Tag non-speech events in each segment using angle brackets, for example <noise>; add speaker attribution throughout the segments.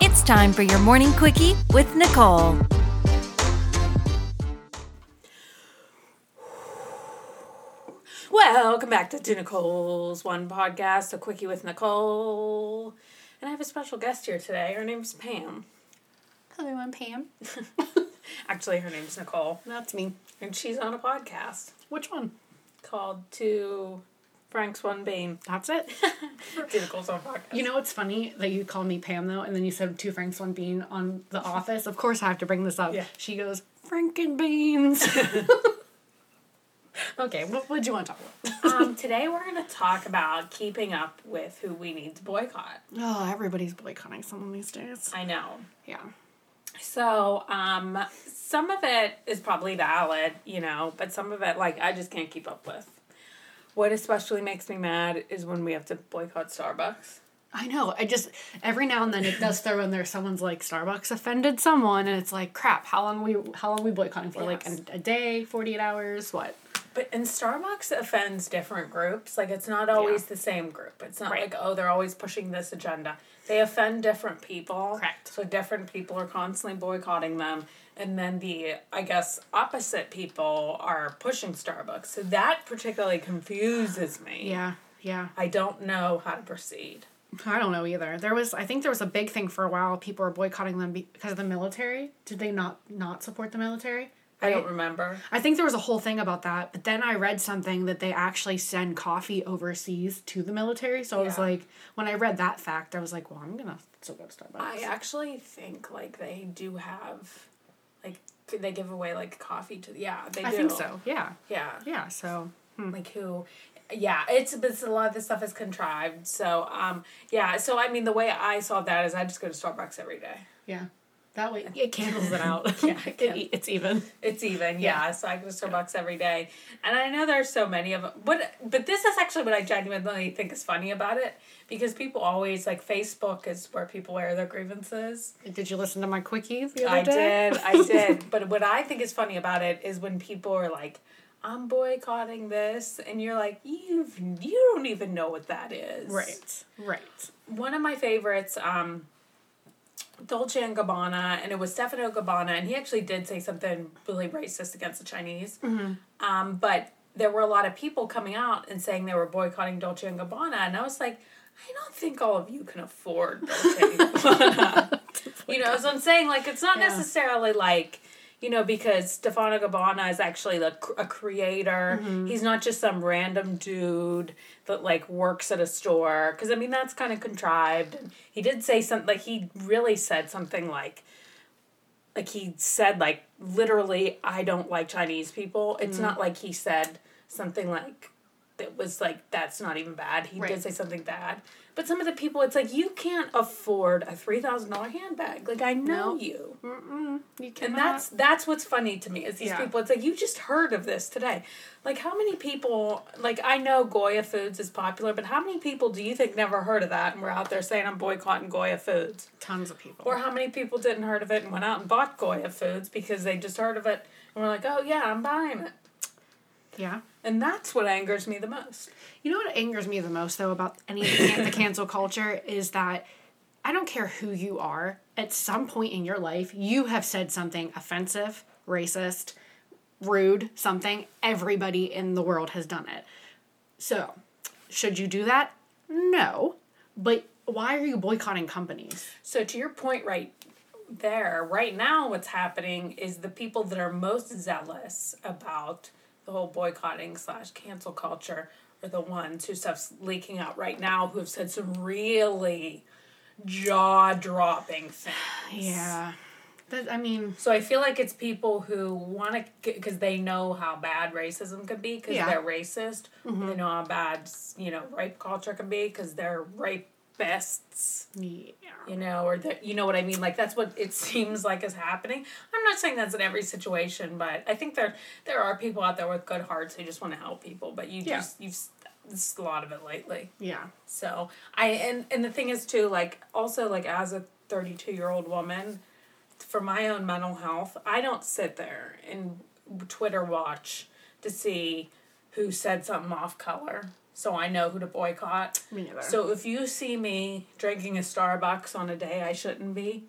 Speaker 1: It's time for your morning quickie with Nicole.
Speaker 2: Welcome back to, to Nicole's One Podcast, a quickie with Nicole. And I have a special guest here today. Her name's Pam.
Speaker 3: Hello, I'm Pam.
Speaker 2: <laughs> Actually, her name's Nicole.
Speaker 3: That's me.
Speaker 2: And she's on a podcast
Speaker 3: Which one?
Speaker 2: called To Frank's One Bane.
Speaker 3: That's it.
Speaker 2: to Nicole's One Podcast.
Speaker 3: <laughs> you know what's funny that you call me Pam though, and then you said two Franks, one bean on The Office. Of course, I have to bring this up.
Speaker 2: Yeah.
Speaker 3: She goes Franken beans. <laughs> okay, what would you want to talk about?
Speaker 2: um, today we're going to talk about keeping up with who we need to boycott.
Speaker 3: Oh, everybody's boycotting someone these days.
Speaker 2: I know.
Speaker 3: Yeah.
Speaker 2: So, um, some of it is probably valid, you know, but some of it, like, I just can't keep up with. What especially makes me mad is when we have to boycott Starbucks.
Speaker 3: I know. I just every now and then it does throw in there. Someone's like Starbucks offended someone, and it's like crap. How long we how long we boycotting for? Like
Speaker 2: Yes.
Speaker 3: a, a day, forty eight hours, what?
Speaker 2: But and Starbucks offends different groups. Like it's not always
Speaker 3: Yeah.
Speaker 2: the same group. It's not
Speaker 3: Right.
Speaker 2: like oh they're always pushing this agenda. They offend different people.
Speaker 3: Correct.
Speaker 2: So different people are constantly boycotting them, and then the I guess opposite people are pushing Starbucks. So that particularly confuses me.
Speaker 3: Yeah. Yeah.
Speaker 2: I don't know how to proceed.
Speaker 3: I don't know either. There was, I think there was a big thing for a while. People were boycotting them be- because of the military. Did they not not support the military?
Speaker 2: I don't remember.
Speaker 3: I think there was a whole thing about that. But then I read something that they actually send coffee overseas to the military. So I was
Speaker 2: Yeah.
Speaker 3: like, when I read that fact, I was like, well, I'm gonna still go to Starbucks.
Speaker 2: I actually think like they do have, like could they give away like coffee to yeah they
Speaker 3: I
Speaker 2: do.
Speaker 3: think so. Yeah.
Speaker 2: Yeah.
Speaker 3: Yeah. So
Speaker 2: like who yeah it's but it's a lot of this stuff is contrived so um yeah so i mean the way i saw that is i just go to starbucks every day
Speaker 3: yeah, that way it cancels it <laughs> out.
Speaker 2: Yeah, it
Speaker 3: It-
Speaker 2: can-
Speaker 3: it's even.
Speaker 2: it's even yeah, so i go to starbucks every day and i know there's so many of them but but this is actually what i genuinely think is funny about it because people always like facebook is where people air their grievances
Speaker 3: Did you listen to my quickie the other
Speaker 2: I
Speaker 3: day?
Speaker 2: did. I
Speaker 3: <laughs>
Speaker 2: did. But what I think is funny about it is when people are like, I'm boycotting this and you're like, You've you don't even know what that is.
Speaker 3: Right. Right.
Speaker 2: one of my favorites, um, Dolce and Gabbana, and it was Stefano Gabbana, and he actually did say something really racist against the Chinese. Um, but there were a lot of people coming out and saying they were boycotting Dolce and Gabbana, and I was like, I don't think all of you can afford Dolce and Gabbana. you know, so I'm saying like it's not
Speaker 3: Yeah.
Speaker 2: necessarily like. You know, because Stefano Gabbana is actually a, cr- a creator. He's not just some random dude that like works at a store. Because I mean, that's kind of contrived. And he did say something like he really said something like, like he said like literally i don't like chinese people it's
Speaker 3: Mm-hmm.
Speaker 2: not like he said something like that was like that's not even bad he did
Speaker 3: Right.
Speaker 2: say something bad but some of the people it's like you can't afford a $3000 handbag like i know
Speaker 3: No.
Speaker 2: you
Speaker 3: You
Speaker 2: and
Speaker 3: cannot-
Speaker 2: that's that's what's funny to me is these
Speaker 3: Yeah.
Speaker 2: people it's like you just heard of this today like how many people like i know goya foods is popular but how many people do you think never heard of that and were out there saying i'm boycotting goya foods
Speaker 3: tons of people.
Speaker 2: or how many people didn't heard of it and went out and bought Goya foods because they just heard of it and were like, oh yeah, I'm buying it.
Speaker 3: yeah.
Speaker 2: And that's what angers me the most.
Speaker 3: You know what angers me the most though about any of the, can- the cancel culture is that I don't care who you are. At some point in your life, you have said something offensive, racist, rude, something. Everybody in the world has done it. So, should you do that? No. But why are you boycotting companies?
Speaker 2: So to your point right there, right now what's happening is the people that are most zealous about the whole boycotting slash cancel culture are the ones who stuff's leaking out right now who have said some really jaw dropping things.
Speaker 3: Yeah. That I mean,
Speaker 2: So I feel like it's people who want to, because they know how bad racism can be, because
Speaker 3: Yeah. Mm-hmm.
Speaker 2: they're racist. They know how bad, you know, rape culture can be, because they're rapists.
Speaker 3: yeah.
Speaker 2: You know, or that you know what I mean. Like that's what it <laughs> seems like is happening. I'm not saying that's in every situation, but I think there there are people out there with good hearts who just want to help people. But you
Speaker 3: Yeah.
Speaker 2: just you've s- this is a lot of it lately.
Speaker 3: Yeah.
Speaker 2: So I and and the thing is too, like also like as a thirty two year old woman, for my own mental health, I don't sit there and Twitter watch to see who said something off color. so I know who to boycott.
Speaker 3: Me neither.
Speaker 2: So if you see me drinking a Starbucks on a day I shouldn't be,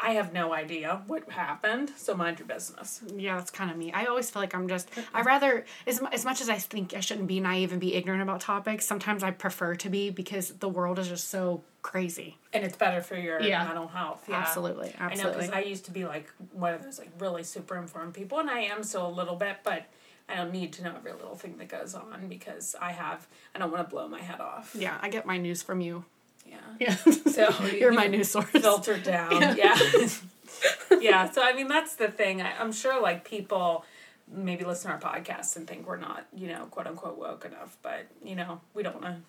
Speaker 2: I have no idea what happened. So mind your business.
Speaker 3: Yeah, that's kind of me. I always feel like I'm just. I rather as mu- as much as I think I shouldn't be naive and be ignorant about topics. Sometimes I prefer to be because the world is just so crazy.
Speaker 2: And it's better for your
Speaker 3: Yeah.
Speaker 2: mental health. Yeah.
Speaker 3: Absolutely,
Speaker 2: I know because
Speaker 3: absolutely.
Speaker 2: I used to be like one of those like really super informed people, and I am still a little bit, but I don't need to know every little thing that goes on because I have. I don't want to blow my head off.
Speaker 3: yeah, I get my news from you.
Speaker 2: Yeah.
Speaker 3: <laughs> Yeah,
Speaker 2: <laughs> So
Speaker 3: you're
Speaker 2: you
Speaker 3: my
Speaker 2: can
Speaker 3: news
Speaker 2: <laughs>
Speaker 3: source. <laughs>
Speaker 2: Filter down. Yeah. <laughs> yeah. So I mean, that's the thing. I, I'm sure like people maybe listen to our podcast and think we're not you know quote unquote woke enough, but you know we don't want to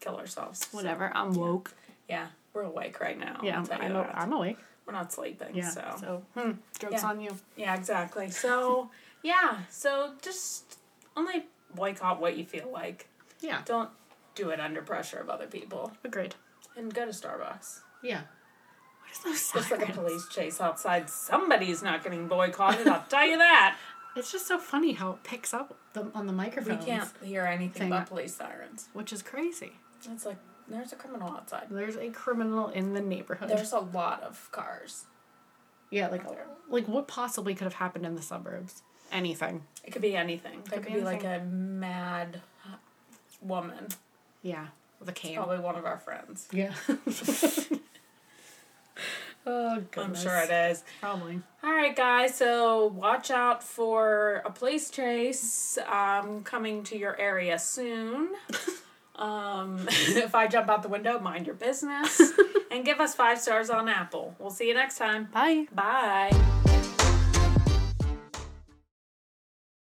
Speaker 2: kill ourselves. So,
Speaker 3: Whatever. I'm woke.
Speaker 2: yeah, we're awake right now. I'll
Speaker 3: Yeah,
Speaker 2: tell you
Speaker 3: I'm, i
Speaker 2: that.
Speaker 3: I'm awake.
Speaker 2: we're not sleeping.
Speaker 3: Yeah.
Speaker 2: So.
Speaker 3: So, hmm, jokes
Speaker 2: Yeah.
Speaker 3: on you.
Speaker 2: Yeah, exactly. So, yeah, so just only boycott what you feel like.
Speaker 3: Yeah.
Speaker 2: Don't do it under pressure of other people.
Speaker 3: Agreed.
Speaker 2: And go to Starbucks.
Speaker 3: Yeah. What is those
Speaker 2: There's like a
Speaker 3: sirens?
Speaker 2: police chase outside. Somebody's not getting boycotted, I'll tell you that.
Speaker 3: <laughs> It's just so funny how it picks up the, on the
Speaker 2: We
Speaker 3: microphones,
Speaker 2: can't hear anything
Speaker 3: Thing.
Speaker 2: but police sirens.
Speaker 3: which is crazy.
Speaker 2: It's like, there's a criminal outside.
Speaker 3: There's a criminal in the neighborhood.
Speaker 2: There's a lot of cars.
Speaker 3: yeah, like like what possibly could have happened in the suburbs? Anything.
Speaker 2: It could be anything. There
Speaker 3: Could
Speaker 2: could
Speaker 3: be
Speaker 2: be like a mad woman.
Speaker 3: Yeah, the can.
Speaker 2: Probably one of our friends.
Speaker 3: yeah. <laughs> oh
Speaker 2: I'm
Speaker 3: goodness.
Speaker 2: sure it is.
Speaker 3: Probably.
Speaker 2: All right, guys. So watch out for a police chase um, coming to your area soon. Um, <laughs> if I jump out the window, mind your business and give us five stars on Apple. We'll see you next time.
Speaker 3: Bye.
Speaker 2: Bye.